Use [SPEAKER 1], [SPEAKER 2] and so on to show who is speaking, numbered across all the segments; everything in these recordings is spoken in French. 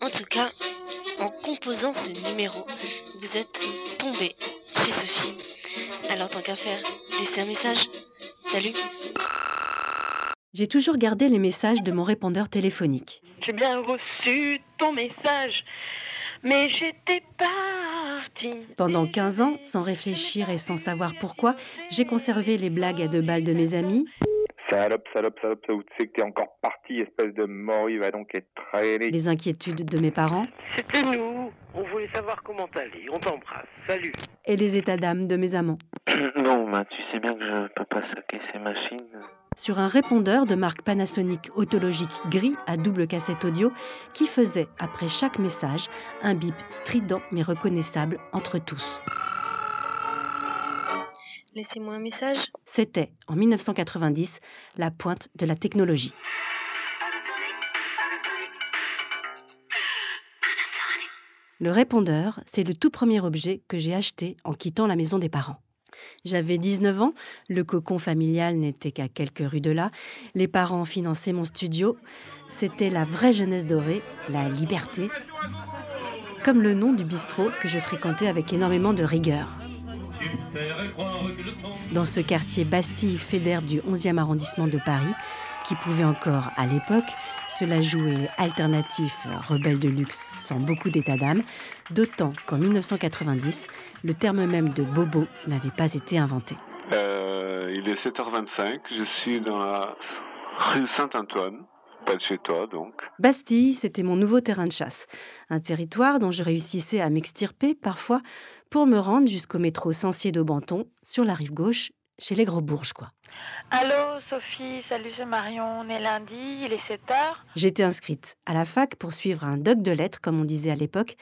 [SPEAKER 1] En tout cas, en composant ce numéro, vous êtes tombé chez Sophie. Alors tant qu'à faire, laissez un message. Salut
[SPEAKER 2] J'ai toujours gardé les messages de mon répondeur téléphonique.
[SPEAKER 3] J'ai bien reçu ton message, mais j'étais partie.
[SPEAKER 2] Pendant 15 ans, sans réfléchir et sans savoir pourquoi, j'ai conservé les blagues à deux balles de mes amis,
[SPEAKER 4] Salope, salope, salope, ça où tu sais que t'es encore parti, espèce de morue, va donc être traîné.
[SPEAKER 2] les inquiétudes de mes parents
[SPEAKER 3] C'était nous. On voulait savoir comment t'allais. On t'embrasse. Salut.
[SPEAKER 2] et les états d'âme de mes amants.
[SPEAKER 5] Non, bah, tu sais bien que je peux pas saquer ces machines.
[SPEAKER 2] Sur un répondeur de marque Panasonic autologique gris à double cassette audio qui faisait, après chaque message, un bip strident mais reconnaissable entre tous.
[SPEAKER 1] Laissez-moi un message.
[SPEAKER 2] C'était, en 1990, la pointe de la technologie. Le répondeur, c'est le tout premier objet que j'ai acheté en quittant la maison des parents. J'avais 19 ans, le cocon familial n'était qu'à quelques rues de là, les parents finançaient mon studio, c'était la vraie jeunesse dorée, la liberté, comme le nom du bistrot que je fréquentais avec énormément de rigueur. Dans ce quartier Bastille-Fédère du 11e arrondissement de Paris, qui pouvait encore, à l'époque, cela jouer alternatif, rebelle de luxe, sans beaucoup d'état d'âme, d'autant qu'en 1990, le terme même de bobo n'avait pas été inventé.
[SPEAKER 6] Euh, il est 7h25, je suis dans la rue Saint-Antoine, pas de chez toi donc.
[SPEAKER 2] Bastille, c'était mon nouveau terrain de chasse, un territoire dont je réussissais à m'extirper parfois pour me rendre jusqu'au métro Sancier d'Aubenton, sur la rive gauche, chez les gros bourges, quoi.
[SPEAKER 3] Allô, Sophie. Salut, c'est Marion. On est lundi. Il est 7 h
[SPEAKER 2] J'étais inscrite à la fac pour suivre un doc de lettres, comme on disait à l'époque,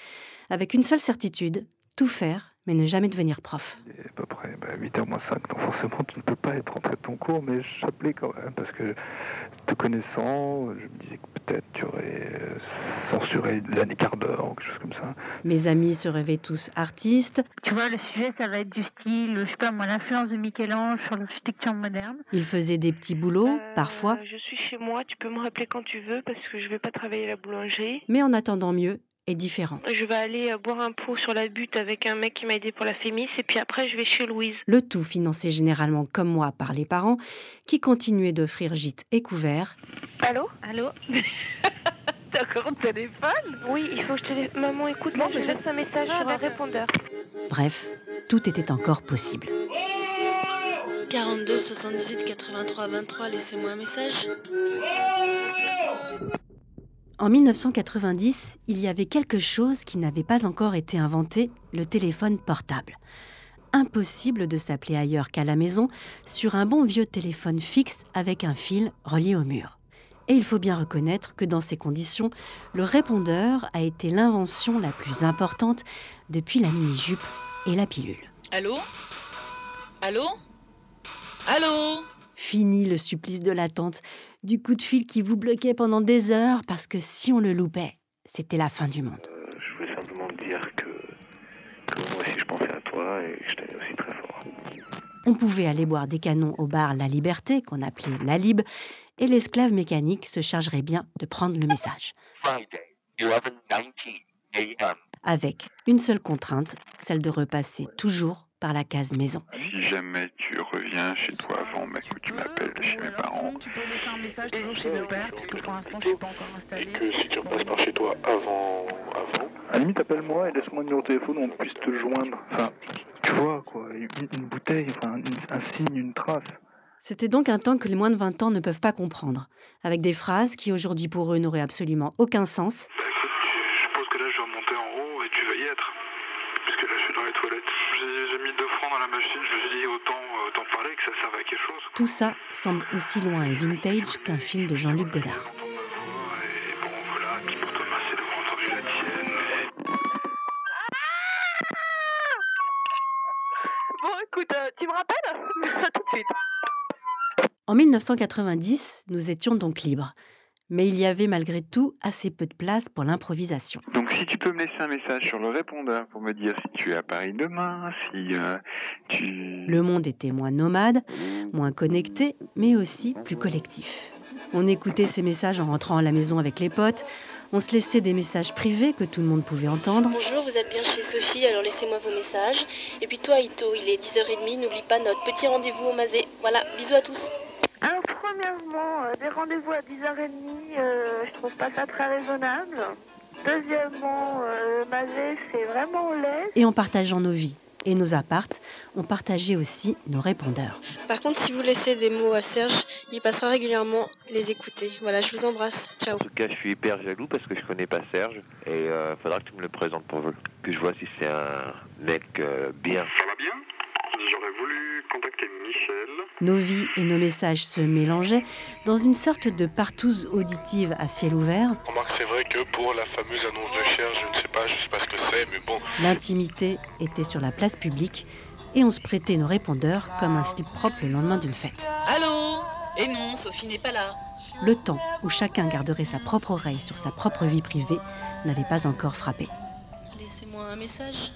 [SPEAKER 2] avec une seule certitude, tout faire, mais ne jamais devenir prof.
[SPEAKER 4] C'est à peu près 8h moins 5, donc forcément tu ne peux pas être rentré de ton cours, mais j'appelais quand même, parce que te connaissant, je me disais que peut-être tu aurais euh, censuré le dernier quart d'heure ou quelque chose comme ça.
[SPEAKER 2] Mes amis se rêvaient tous artistes,
[SPEAKER 7] Tu vois, le sujet, ça va être du style, je sais pas moi, l'influence de Michel-Ange sur l'architecture moderne.
[SPEAKER 2] ils faisaient des petits boulots, Oh, parfois,
[SPEAKER 8] Euh, Je suis chez moi, tu peux me rappeler quand tu veux parce que je vais pas travailler à la boulangerie.
[SPEAKER 2] mais en attendant mieux et différent.
[SPEAKER 8] Je vais aller euh, boire un pot sur la butte avec un mec qui m'a aidé pour la fémis et puis après je vais chez Louise.
[SPEAKER 2] Le tout financé généralement comme moi par les parents, qui continuaient d'offrir gîtes et couverts,
[SPEAKER 8] Allô
[SPEAKER 7] Allô T'as encore un téléphone
[SPEAKER 8] Oui, il faut que je te laisse. Maman, écoute, là, je laisse un message sur un répondeur.
[SPEAKER 2] bref, tout était encore possible.
[SPEAKER 1] 42 78 83 23, laissez-moi un message.
[SPEAKER 2] En 1990, il y avait quelque chose qui n'avait pas encore été inventé, le téléphone portable. Impossible de s'appeler ailleurs qu'à la maison sur un bon vieux téléphone fixe avec un fil relié au mur. Et il faut bien reconnaître que dans ces conditions, le répondeur a été l'invention la plus importante depuis la mini-jupe et la pilule.
[SPEAKER 9] Allô Allô Allô
[SPEAKER 2] Fini le supplice de l'attente, du coup de fil qui vous bloquait pendant des heures parce que si on le loupait, c'était la fin du monde.
[SPEAKER 5] je voulais simplement te dire que, que moi aussi je pensais à toi et que je t'aimais aussi très fort.
[SPEAKER 2] On pouvait aller boire des canons au bar La Liberté, qu'on appelait La Lib, et l'esclave mécanique se chargerait bien de prendre le message. Avec une seule contrainte, celle de repasser toujours par la case maison.
[SPEAKER 6] Si jamais tu reviens chez toi avant, bah, écoute, tu m'appelles chez mes parents.
[SPEAKER 7] Tu peux laisser un message toujours chez mon père, parce que pour l'instant, je suis pas encore
[SPEAKER 5] Et
[SPEAKER 7] installée.
[SPEAKER 5] que si tu repasses par chez toi avant, avant,
[SPEAKER 4] À la limite, appelle-moi et laisse-moi un numéro de téléphone où on puisse te joindre. Enfin, tu vois, quoi, une, une bouteille, enfin, un- un signe, une trace.
[SPEAKER 2] C'était donc un temps que les moins de 20 ans ne peuvent pas comprendre, avec des phrases qui aujourd'hui pour eux n'auraient absolument aucun sens,
[SPEAKER 10] Bah écoute, je pense que là je vais remonter en haut et tu vas y être. Puisque là je suis dans les toilettes. J'ai j'ai mis deux francs dans la machine, je me suis dit autant, euh, autant parler que ça serve à quelque chose.
[SPEAKER 2] tout ça semble aussi loin et vintage qu'un film de Jean-Luc Godard.
[SPEAKER 10] J'entends ma voix et bon voilà, puis pour te remercier d'avoir entendu la tienne.
[SPEAKER 3] Bon, écoute, euh, tu me rappelles À tout de suite.
[SPEAKER 2] En 1990, nous étions donc libres, mais il y avait malgré tout assez peu de place pour l'improvisation.
[SPEAKER 6] Donc si tu peux me laisser un message sur le répondeur pour me dire si tu es à Paris demain, si euh, tu...
[SPEAKER 2] Le monde était moins nomade, moins connecté, mais aussi plus collectif. On écoutait ces messages en rentrant à la maison avec les potes, On se laissait des messages privés que tout le monde pouvait entendre.
[SPEAKER 1] Bonjour, vous êtes bien chez Sophie, alors laissez-moi vos messages. Et puis toi, Ito, il est 10h30, n'oublie pas notre petit rendez-vous au Mazé. Voilà, bisous à tous.
[SPEAKER 11] Alors, premièrement, euh, des rendez-vous à 10h30, euh, je trouve pas ça très raisonnable. Deuxièmement, euh, le Mazé, c'est vraiment laid.
[SPEAKER 2] Et en partageant nos vies et nos appartes, on partageait aussi nos répondeurs.
[SPEAKER 8] Par contre, si vous laissez des mots à Serge, il passera régulièrement les écouter. Voilà, je vous embrasse. Ciao.
[SPEAKER 12] En tout cas, je suis hyper jaloux parce que je connais pas Serge et euh, faudra que tu me le présentes pour que je vois si c'est un mec euh, bien.
[SPEAKER 10] Ça va bien J'aurais voulu contacter Michel.
[SPEAKER 2] Nos vies et nos messages se mélangeaient dans une sorte de partouze auditive à ciel ouvert.
[SPEAKER 13] Remarque, c'est vrai que pour la fameuse annonce de Cher, je ne sais pas, je sais pas ce que c'est, mais bon.
[SPEAKER 2] L'intimité était sur la place publique et on se prêtait nos répondeurs comme un slip propre le lendemain d'une fête.
[SPEAKER 9] Allô Et non, Sophie n'est pas là.
[SPEAKER 2] Le temps où chacun garderait sa propre oreille sur sa propre vie privée n'avait pas encore frappé.
[SPEAKER 1] Laissez-moi un message.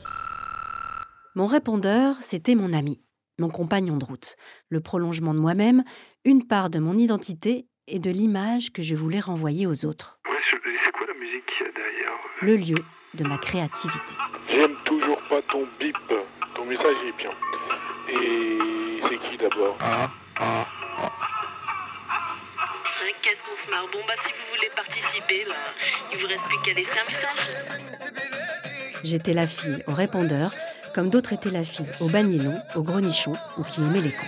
[SPEAKER 2] Mon répondeur, c'était mon ami, mon compagnon de route, le prolongement de moi-même, une part de mon identité et de l'image que je voulais renvoyer aux autres,
[SPEAKER 10] Ouais, je- et c'est quoi la musique qu'il y a derrière
[SPEAKER 2] le lieu de ma créativité.
[SPEAKER 13] J'aime toujours pas ton bip. Ton message est bien. Et c'est qui d'abord
[SPEAKER 1] Qu'est-ce qu'on se marre Bon, bah si vous voulez participer, il vous reste plus qu'à laisser un message.
[SPEAKER 2] J'étais la fille au répondeur, comme d'autres étaient la fille au bagnilon, au grenichon ou qui aimait les cons.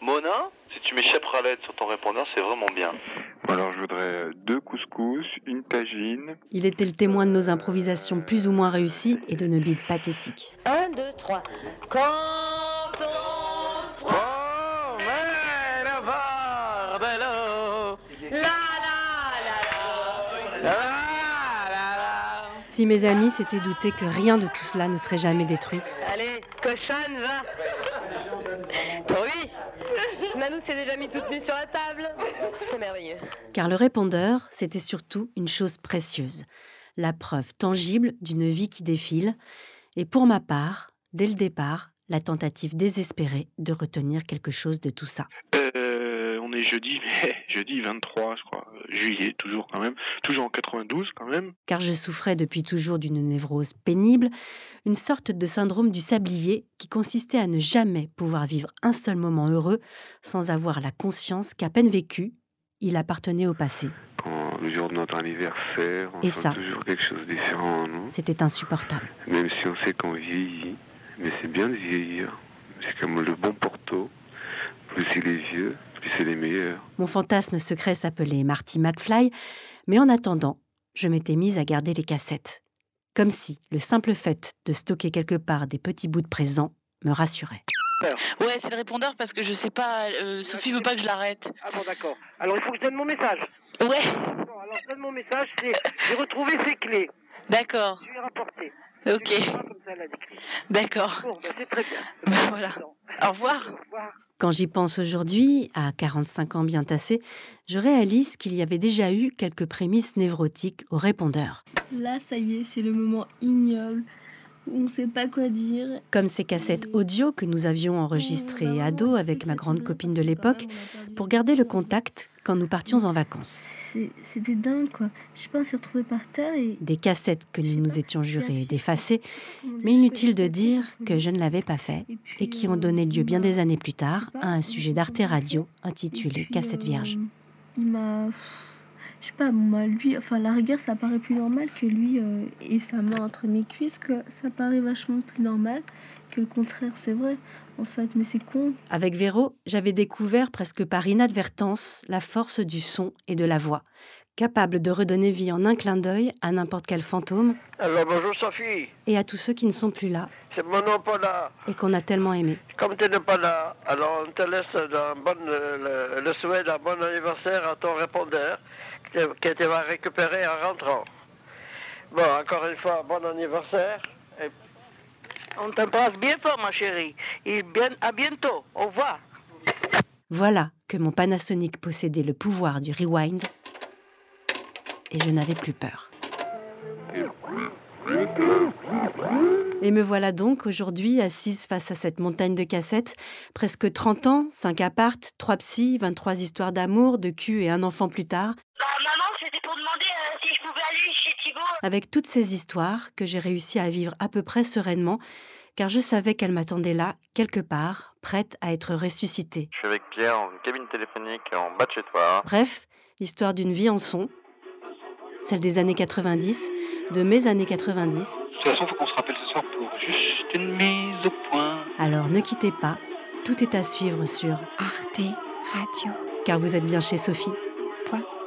[SPEAKER 12] Mona, si tu m'échapperas l'aide sur ton répondeur, c'est vraiment bien.
[SPEAKER 6] Alors je voudrais deux couscous, une tagine.
[SPEAKER 2] Il était le témoin de nos improvisations plus ou moins réussies et de nos bides pathétiques.
[SPEAKER 11] 1, 2, 3. Quand on
[SPEAKER 2] Si mes amis s'étaient doutés que rien de tout cela ne serait jamais détruit,
[SPEAKER 11] Allez, cochonne, va Oui Manou s'est déjà mis toute nue sur la table C'est merveilleux.
[SPEAKER 2] car le répondeur, c'était surtout une chose précieuse, la preuve tangible d'une vie qui défile, et pour ma part, dès le départ, la tentative désespérée de retenir quelque chose de tout ça.
[SPEAKER 13] Euh, on est jeudi, mais jeudi 23, je crois, euh, juillet, toujours quand même, toujours en 92 quand même.
[SPEAKER 2] car je souffrais depuis toujours d'une névrose pénible, une sorte de syndrome du sablier qui consistait à ne jamais pouvoir vivre un seul moment heureux sans avoir la conscience qu'à peine vécu, il appartenait au passé.
[SPEAKER 5] Quand le jour de notre anniversaire, on
[SPEAKER 2] Et
[SPEAKER 5] sent
[SPEAKER 2] ça.
[SPEAKER 5] toujours quelque chose de différent en nous.
[SPEAKER 2] C'était insupportable.
[SPEAKER 5] Même si on sait qu'on vieillit, mais c'est bien de vieillir. C'est comme le bon porto. Plus il est vieux, plus c'est les meilleurs.
[SPEAKER 2] Mon fantasme secret s'appelait Marty McFly, mais en attendant, je m'étais mise à garder les cassettes. Comme si le simple fait de stocker quelque part des petits bouts de présent me rassurait.
[SPEAKER 9] Ouais, c'est le répondeur parce que je sais pas, euh, Sophie veut pas que je l'arrête.
[SPEAKER 14] Ah bon, d'accord. Alors, il faut que je donne mon message.
[SPEAKER 9] Ouais,
[SPEAKER 14] Bon, alors, je donne mon message, c'est j'ai retrouvé ses clés.
[SPEAKER 9] d'accord,
[SPEAKER 14] Je vais rapporter.
[SPEAKER 9] ok,
[SPEAKER 14] Comme ça, elle a dit.
[SPEAKER 9] d'accord.
[SPEAKER 14] Bon, ben, c'est très bien.
[SPEAKER 9] Bah, voilà. Au revoir.
[SPEAKER 2] Quand j'y pense aujourd'hui, à 45 ans bien tassés, je réalise qu'il y avait déjà eu quelques prémices névrotiques au répondeur.
[SPEAKER 15] Là, ça y est, c'est le moment ignoble où on sait pas quoi dire.
[SPEAKER 2] Comme ces cassettes audio que nous avions enregistrées à dos avec ma grande copine de l'époque, pour garder le contact quand nous partions en vacances.
[SPEAKER 15] C'est- C'était dingue, quoi. Je sais pas, on s'est retrouvés par terre et.
[SPEAKER 2] Des cassettes que nous nous étions jurés d'effacer, mais inutile de dire que je ne l'avais pas fait et qui ont donné
[SPEAKER 15] euh,
[SPEAKER 2] lieu bien des années plus tard à un sujet d'Arte Radio intitulé Cassette vierge.
[SPEAKER 15] euh, Il m'a. Je sais pas, moi, lui, enfin, à la rigueur, ça paraît plus normal que lui euh, et sa main entre mes cuisses, que ça paraît vachement plus normal que le contraire, c'est vrai, en fait, mais c'est con.
[SPEAKER 2] Avec Véro, j'avais découvert presque par inadvertance la force du son et de la voix, capable de redonner vie en un clin d'œil à n'importe quel fantôme
[SPEAKER 16] Alors bonjour Sophie,
[SPEAKER 2] et à tous ceux qui ne sont plus là
[SPEAKER 16] c'est Manon pas là.
[SPEAKER 2] et qu'on a tellement aimé.
[SPEAKER 16] Comme tu n'es pas là, alors on te laisse dans bonne- le, le souhait d'un bon anniversaire à ton répondeur que, tu- que tu vas récupérer en rentrant. Bon, encore une fois, bon anniversaire. Et
[SPEAKER 14] On t'embrasse bien fort, ma chérie. Et bien, à bientôt. Au revoir.
[SPEAKER 2] Voilà que mon Panasonic possédait le pouvoir du rewind et je n'avais plus peur.
[SPEAKER 6] Et-
[SPEAKER 2] Et me voilà donc aujourd'hui assise face à cette montagne de cassettes. Presque 30 ans, 5 appartes, 3 psys, 23 histoires d'amour, de cul et un enfant plus tard.
[SPEAKER 11] Bah, maman, c'était pour demander euh, si je pouvais aller chez Thibaut.
[SPEAKER 2] Avec toutes ces histoires que j'ai réussi à vivre à peu près sereinement, car je savais qu'elles m'attendaient là, quelque part, prête à être ressuscitée.
[SPEAKER 6] Je suis avec Pierre en cabine téléphonique en bas de chez toi.
[SPEAKER 2] Bref, l'histoire d'une vie en son, celle des années 90, de mes années 90.
[SPEAKER 5] De toute façon, faut qu'on se rappelle ce soir pour juste une mise au point.
[SPEAKER 2] Alors ne quittez pas, tout est à suivre sur Arte
[SPEAKER 17] Radio.
[SPEAKER 2] car vous êtes bien chez Sophie.
[SPEAKER 17] Point.